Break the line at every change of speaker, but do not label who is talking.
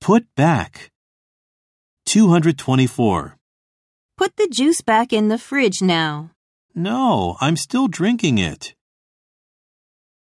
Put back. 224.
Put the juice back in the fridge now.
No, I'm still drinking it.